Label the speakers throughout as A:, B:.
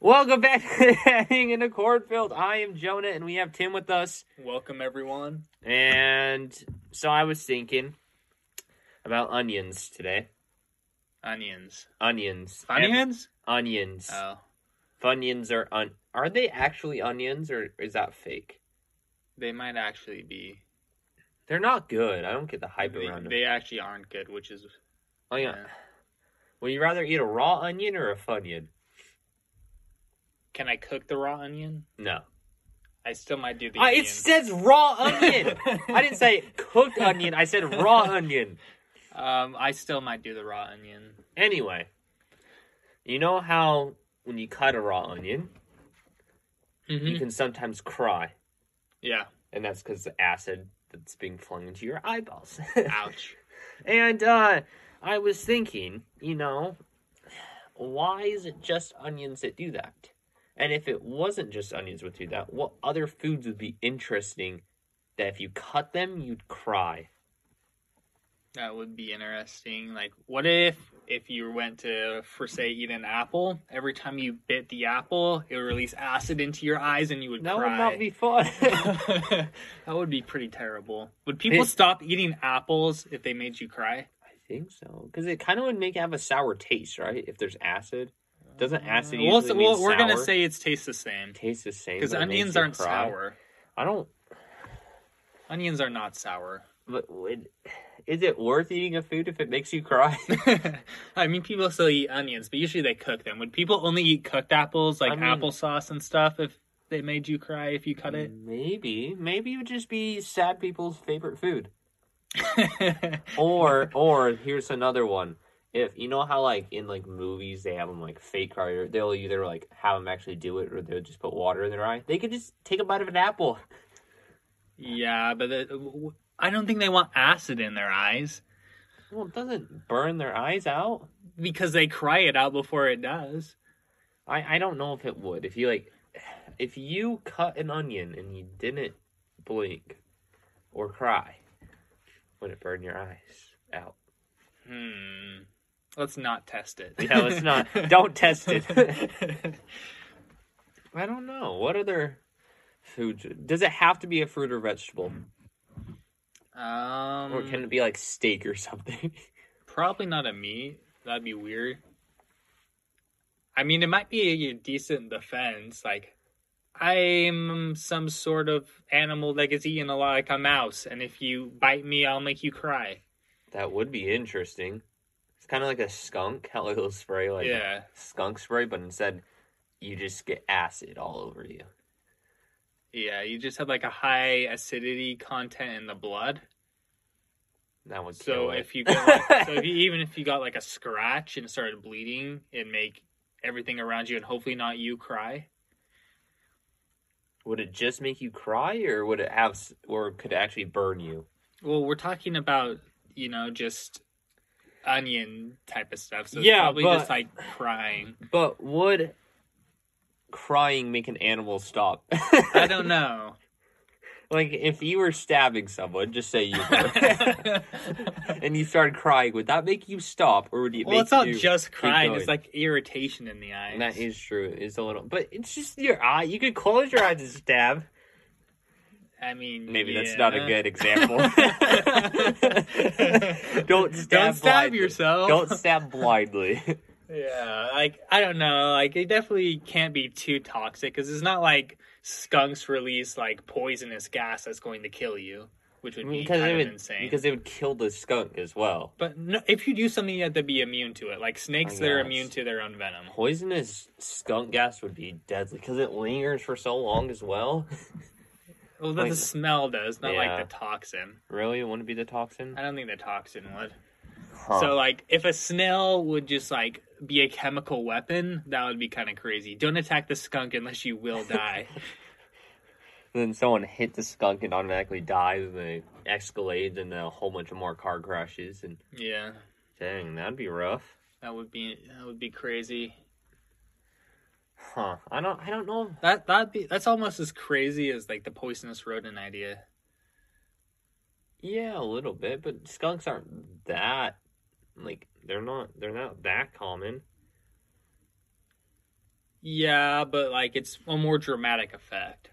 A: Welcome back to Hanging in the Cornfield. I am Jonah, and we have Tim with us.
B: Welcome everyone.
A: And so I was thinking about onions today.
B: Onions.
A: Onions.
B: Onions?
A: Ev- onions.
B: Oh,
A: Funyuns are un- are they actually onions or is that fake?
B: they might actually be.
A: They're not good. I don't get the hype
B: They,
A: around them.
B: they actually aren't good, which is
A: oh, yeah.
B: yeah.
A: Would you rather eat a raw onion or a funyun?
B: Can I cook the raw onion?
A: No.
B: I still might do the.
A: I,
B: onion.
A: it says raw onion. I didn't say cooked onion. I said raw onion.
B: Um, I still might do the raw onion.
A: Anyway, you know how when you cut a raw onion, you
B: Mhm.
A: can sometimes cry,
B: Yeah.
A: and that's because the acid that's being flung into your eyeballs.
B: Ouch.
A: and uh, I was thinking, you know, why is it just onions that do that? And if it wasn't just onions would do that, what other foods would be interesting that if you cut them, you'd cry?
B: that would be interesting. Like, what if if you went to, for say, eat an apple? Every time you bit the apple, it would release acid into your eyes, and you would
A: That
B: cry.
A: would not be fun.
B: that would be pretty terrible. Would people
A: It-
B: stop eating apples if they made you cry?
A: I think so, because it kind of would make it have a sour taste, right? If there's acid, doesn't acid
B: Uh, Well,
A: usually
B: so-
A: mean
B: well, we're gonna
A: sour?
B: say it tastes the same
A: taste the same?
B: because
A: but it makes
B: onions
A: you
B: aren't
A: cry?
B: sour.
A: I don't.
B: Onions are not sour.
A: But would, is it worth eating a food if it makes you cry?
B: I mean, people still eat onions, but usually they cook them. Would people only eat cooked apples, like
A: I mean-
B: applesauce and stuff, if they made you cry if you cut it?
A: Maybe, maybe it would just be sad people's favorite food. Mm.
B: yeah,
A: Or, or here's another one. If you know how like in like movies they have them like fake cry, or they'll either like have them actually do it, or they'll just put water in their eye. They could just take a bite of an apple.
B: but the, I don't think they want acid in their eyes
A: Well, it doesn't burn their eyes out.
B: because they cry it out before it does.
A: I, I don't know if it would. If you like, if you cut an onion and you didn't blink or cry, would it burn your eyes out?
B: Hmm. Let's not test it.
A: Yeah, let's not. don't test it. I don't know. What other foods? Does it have to be a fruit or vegetable,
B: um,
A: or can it be like steak or something?
B: Probably not a meat. That'd be weird. I mean, it might be a decent defense. Like, I'm some sort of animal that gets eaten a lot, like a mouse, and if you bite me, I'll make you cry.
A: that would be interesting. It's kind of like a skunk. How like they'll spray like
B: yeah.
A: skunk spray, but instead you just get acid all over you.
B: Yeah, you just have like a high acidity content in the blood.
A: That would
B: So
A: kill it.
B: if you got like, so if you, even if you got like a scratch and it started bleeding, it'd make everything around you and hopefully not you cry.
A: Would it just make you cry, or would it have, s- or could it actually burn you?
B: Well, we're talking about you know just onion type of stuff. So
A: Yeah,
B: it's probably
A: but-
B: just like crying.
A: But would crying make an animal stop?
B: I don't know.
A: like if you were stabbing someone, just say you were, and you started crying, would that make you stop, or would it
B: well,
A: make
B: it's not
A: you?
B: just crying.
A: going.
B: It's like irritation in the eyes.
A: And that is true. It's a little, but it's just your eye. You could close your eyes and stab.
B: I mean,
A: Maybe that's
B: yeah.
A: not a good example. don't stab.
B: Don't stab
A: blindly.
B: yourself.
A: Don't stab blindly.
B: Yeah, like I don't know, like it definitely can't be too toxic because it's not like skunks release like poisonous gas that's going to kill you, which would be
A: because
B: kind
A: it
B: of
A: would
B: insane.
A: because it would kill the skunk as well.
B: But no, if you do something, you have to be immune to it. Like snakes,
A: I
B: they're
A: guess.
B: immune to their own venom.
A: Poisonous skunk gas would be deadly because it lingers for so long as well.
B: Well, the,
A: Like-
B: the smell does, not
A: Yeah.
B: like the toxin.
A: Really, it wouldn't be the toxin.
B: I don't think the toxin would.
A: Huh.
B: So, like, if a snail would just like be a chemical weapon, that would be kind of crazy. Don't attack the skunk unless you will die.
A: then someone hit the skunk and automatically dies, and they escalate, and then a whole bunch of more car crashes. And
B: yeah,
A: dang, that'd be rough.
B: that would be that would be crazy.
A: Huh? I don't. I don't know.
B: That that be that's almost as crazy as like the poisonous rodent idea.
A: Yeah, a little bit, but skunks aren't that like they're not they're not that common.
B: Yeah, but like it's a more dramatic effect.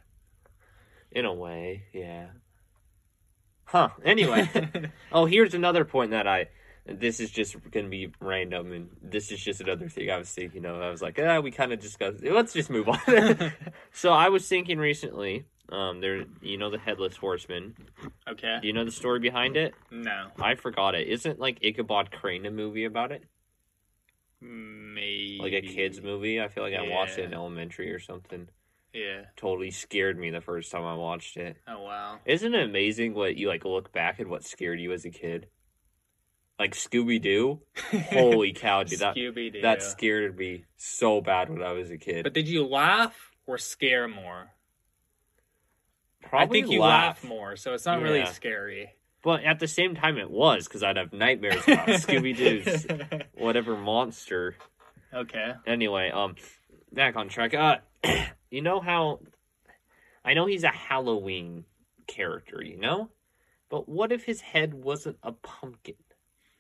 A: in a way. Yeah. Huh. Anyway. Oh, here's another point that I. This is just going to be random, and this is just another thing I was thinking of. I was like, ah, we kind of discussed. It. Let's just move on. so I was thinking recently. Um, there, you know, the headless horseman.
B: okay.
A: Do you know the story behind it?
B: No.
A: I forgot it. Isn't like Ichabod Crane a movie about it?
B: Maybe.
A: Like a kids movie. I feel like I watched it in
B: Yeah.
A: elementary or something.
B: Yeah.
A: Totally scared me the first time I watched it.
B: Oh wow.
A: Isn't it amazing what you like look back at what scared you as a kid? Like Scooby Doo. Holy cow, dude! Oh, That
B: Scooby Doo.
A: that scared me so bad when I was a kid.
B: But did you laugh or scare more? I think you laugh more, so it's not really
A: Yeah.
B: scary.
A: but at the same time, it was because I'd have nightmares about Scooby Doo's whatever monster.
B: okay.
A: Anyway, um, back on track. Uh, you know how I know he's a Halloween character, you know, but what if his head wasn't a pumpkin?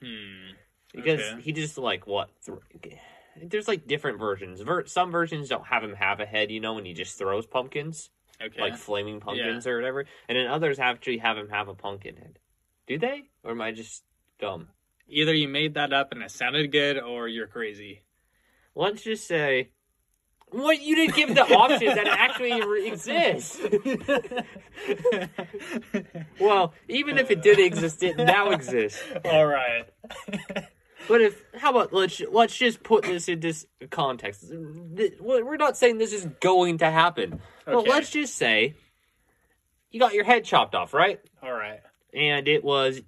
B: Hmm.
A: because
B: Okay.
A: he just like what th- there's like different versions Ver- some versions don't have him have a head you know and he just throws pumpkins
B: Okay.
A: like flaming pumpkins or whatever and then others actually have him have a pumpkin head do they or am i just dumb
B: Either you made that up and it sounded good, or you're crazy.
A: let's just say what you didn't give the options that actually re- exist well even if it did exist it now exists
B: All right.
A: But if how about let's let's just put this into s- context. Th- We're not saying this is going to happen, but
B: Okay.
A: let's just say you got your head chopped off, right?
B: All right.
A: And it was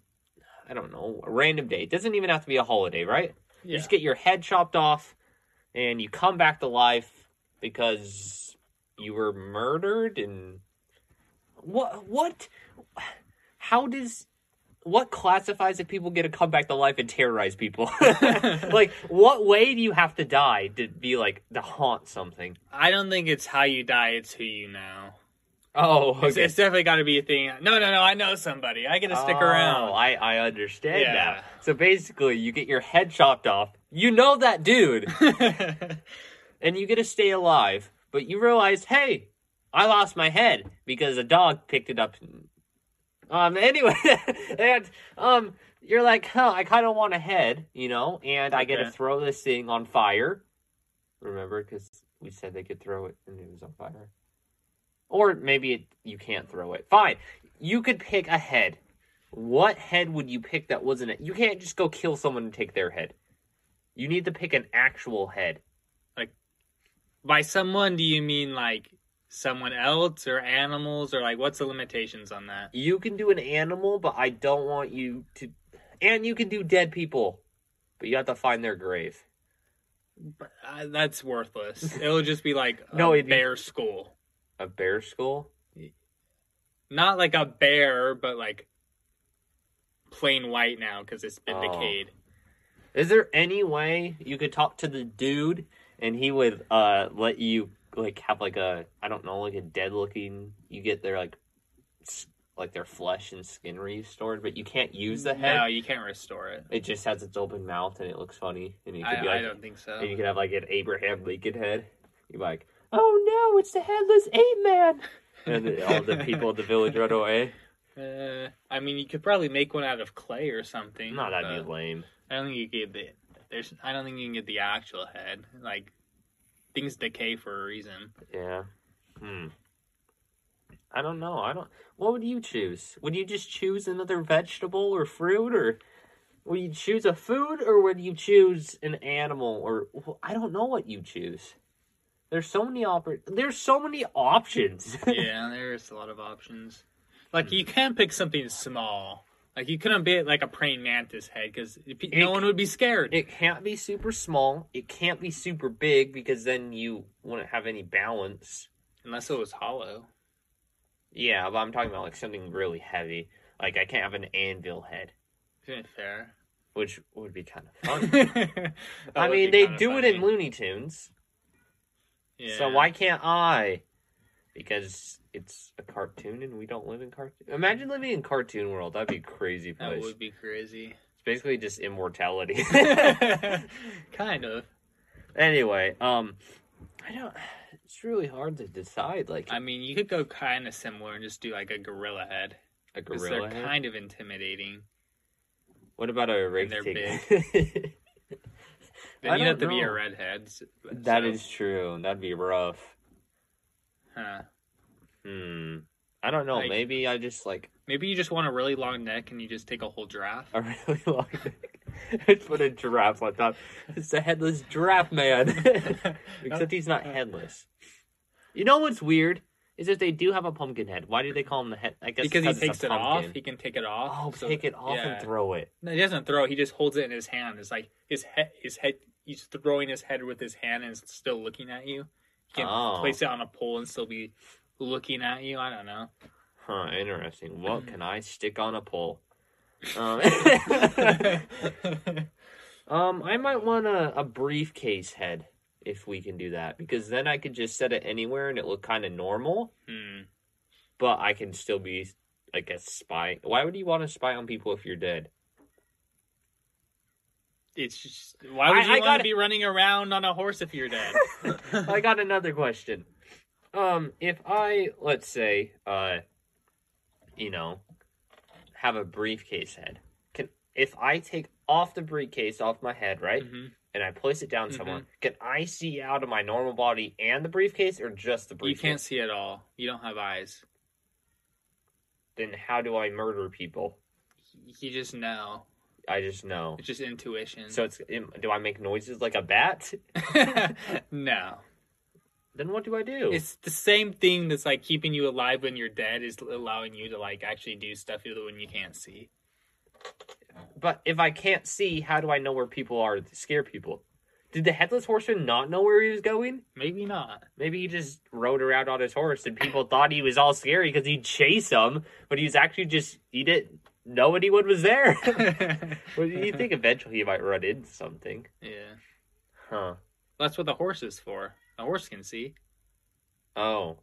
A: I don't know a random day. It doesn't even have to be a holiday, right? You
B: Yeah.
A: just get your head chopped off, and you come back to life because you were murdered. And what what how does what classifies if people get to come back to life and terrorize people? like what way do you have to die to be like to haunt something
B: I don't think it's how you die; it's who you know.
A: oh
B: It's, it's definitely got to be a thing. No, no, no. I know somebody. I get to stick around.
A: Oh, I, I understand
B: Yeah.
A: now. So basically, you get your head chopped off. You know that dude, and you get to stay alive. But you realize, hey, I lost my head because a dog picked it up. Um. Anyway, and um, you're like, huh? I kind of want a head, you know, and I get to
B: Okay.
A: throw this thing on fire. Remember, because we said they could throw it and it was on fire. Or maybe it, you can't throw it. Fine. You could pick a head. What head would you pick that wasn't it? You can't just go kill someone and take their head. You need to pick an actual head.
B: By someone, do you mean like someone else or animals or like what's the limitations on that?
A: You can do an animal, but I don't want you to. And you can do dead people, but you have to find their grave.
B: But, uh, that's worthless. It'll just be like a
A: No, it'd be-
B: bear school,
A: A bear skull?
B: not like a bear, but like plain white now because it's been
A: Oh.
B: decayed.
A: Is there any way you could talk to the dude and he would uh let you like have like a I don't know like a dead looking you get their like s- like their flesh and skin restored, but you can't use the head.
B: No, you can't restore it.
A: It just has its open mouth and it looks funny, and you could
B: I,
A: be
B: I
A: like,
B: don't think so.
A: and you could have like an Abraham Lincoln head. You're like, oh no, it's the headless ape man, and then all the people in the village run away.
B: Uh, I mean, you could probably make one out of clay or something.
A: No, that'd
B: but
A: be lame.
B: I don't think you get the. There's. I don't think you can get the actual head. Like things decay for a reason.
A: Yeah. Hmm. I don't know. I don't. What would you choose? Would you just choose another vegetable or fruit, or would you choose a food, or would you choose an animal, or well, I don't know what you choose. There's so many oppor- There's so many options.
B: yeah, there's a lot of options. Like you can pick something small. Like you couldn't be like a praying mantis head because
A: It-
B: no one would be scared.
A: it can't be super small. It can't be super big because then you wouldn't have any balance.
B: Unless it was hollow.
A: Yeah, but I'm talking about like something really heavy. Like I can't have an anvil head,
B: Eh, Fair.
A: which would be kind of fun. I
B: I
A: mean, they do it in Looney Tunes, so why can't I? Because it's a cartoon, and we don't live in cartoon. Imagine living in cartoon world. That'd be a crazy
B: That
A: place.
B: would be crazy.
A: It's basically just immortality.
B: kind of.
A: anyway, um, I don't. It's really hard to decide. Like
B: I mean, you could go kind of similar and just do like a gorilla head.
A: a
B: 'cause
A: gorilla.
B: They're
A: head?
B: kind of intimidating.
A: what about a rig
B: they're
A: tick? I
B: Then you'd have to
A: don't
B: be a
A: know.
B: redhead. s-
A: That
B: so-
A: is true. That'd be rough.
B: Huh.
A: Hmm. I don't know.
B: Like-
A: Maybe I just like
B: Maybe you just want a really long neck and you just take a whole giraffe.
A: a really long neck. Put a giraffe on top. It's a headless giraffe man. Except he's not headless. You know what's weird is if they do have a pumpkin head. Why do they call him the head? I guess
B: because he
A: it's a
B: takes it off,
A: pumpkin.
B: he can take it off.
A: Oh,
B: so-
A: take it off
B: yeah.
A: and throw it.
B: No, he doesn't throw. He just holds it in his hand. It's like his head, his head. He's throwing his head with his hand and it's still looking at you. He can
A: Oh.
B: place it on a pole and still be looking at you. I don't know.
A: Huh, interesting. What can I stick on a pole? Um, um I might want a, a briefcase head if we can do that because then I could just set it anywhere and it look kind of normal,
B: hmm.
A: but I can still be like a spy. Why would you want to spy on people if you're dead?
B: It's just why would
A: I-
B: you
A: I
B: want
A: got
B: to
A: it.
B: be running around on a horse if you're dead? Mm-hmm.
A: I got another question. Um, if I let's say, uh, you know, have a briefcase head, can if I take off the briefcase off my head, right,
B: Mhm.
A: and I place it down somewhere, can I see out of my normal body and the briefcase, or just the
B: You
A: briefcase?
B: can't see at all. You don't have eyes.
A: Then how do I murder people?
B: You just know.
A: I just know.
B: It's just intuition.
A: So it's do I make noises like a bat?
B: no.
A: Then what do I do?
B: It's the same thing that's like keeping you alive when you're dead is allowing you to like actually do stuff even when you can't see.
A: But if I can't see, how do I know where people are to scare people? Did the headless horseman not know where he was going?
B: Maybe not.
A: Maybe he just rode around on his horse and people thought he was all scary because he'd chase them, but he's actually just, he didn't know anyone was there. well, you think eventually he might run into something.
B: Yeah.
A: Huh.
B: That's what the horse is for. The horse can see.
A: Oh.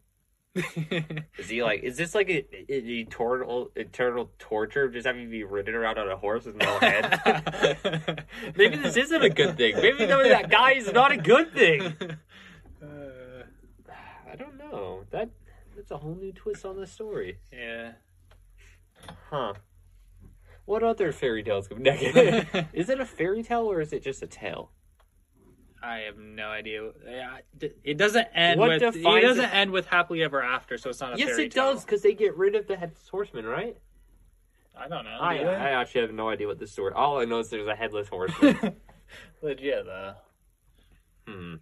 B: yeah,
A: Is he like, is this like a, a- an eternal, eternal torture of just having to be ridden around on a horse with no head? Maybe this isn't a good thing. Maybe knowing that guy is not a good thing.
B: Uh,
A: I don't know. That That's a whole new twist on the story.
B: yeah.
A: Huh. What other fairy tales come next? Is it a fairy tale or is it just a tale?
B: I have no idea. Yeah, I- It doesn't end
A: What
B: with. It
A: defines
B: doesn't
A: it?
B: end with happily ever after, so it's not a
A: yes,
B: fairy
A: it
B: tale.
A: does, because they get rid of the headless horseman, right?
B: I don't know.
A: I,
B: do
A: I
B: they?
A: actually have no idea what the story. All I know is there's a headless horseman.
B: Legit though.
A: hmm,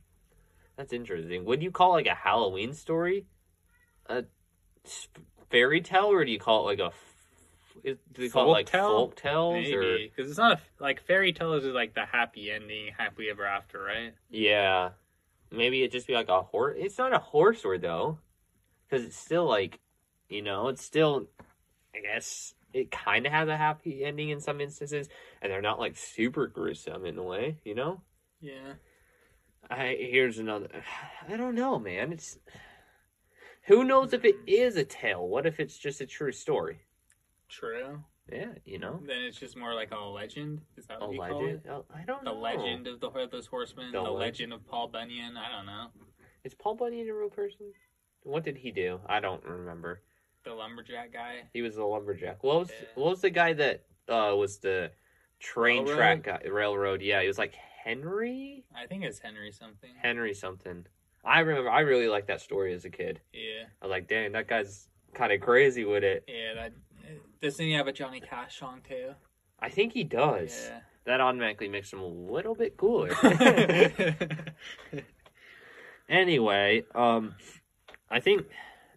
A: that's interesting. Would you call like a Halloween story a s- fairy tale, or do you call it like a? f- Is, do they call it like
B: Folktale?
A: folk tales? Or
B: Maybe because it's not a, like fairy tales is like the happy ending, happily ever after, right?
A: yeah, maybe it just be like a horse. It's not a horse or though, because it's still like, you know, it's still. I guess it kind of has a happy ending in some instances, and they're not like super gruesome in a way, you know.
B: Yeah.
A: I here's another. I don't know, man. It's who knows if it is a tale. What if it's just a true story?
B: True.
A: Yeah, you know,
B: Then it's just more like a legend. Is that
A: a
B: what you call
A: legend.
B: it?
A: Oh, I don't
B: The
A: know.
B: legend of the Headless Horseman.
A: The
B: The,
A: leg-
B: legend of Paul Bunyan. I don't know.
A: Is Paul Bunyan a real person? What did he do? I don't remember.
B: The lumberjack guy.
A: He was a lumberjack. What was
B: Yeah.
A: what was the guy that uh, was the train
B: Railroad?
A: track guy, railroad? Yeah, he was like Henry,
B: I think it's Henry something.
A: Henry something. I remember. I really liked that story as a kid.
B: Yeah.
A: I was like, dang, that guy's kind of crazy with it.
B: Yeah. That. Doesn't he have a Johnny Cash song too?
A: I think he does.
B: Yeah.
A: that automatically makes him a little bit cooler.
B: yeah.
A: anyway, um, I think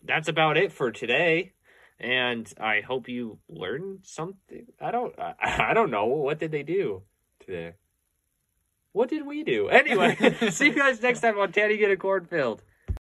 A: that's about it for today, and I hope you learned something. I don't, I, I don't know what did they do today. What did we do? Anyway, see you guys next time on Tanny Get a Cornfield.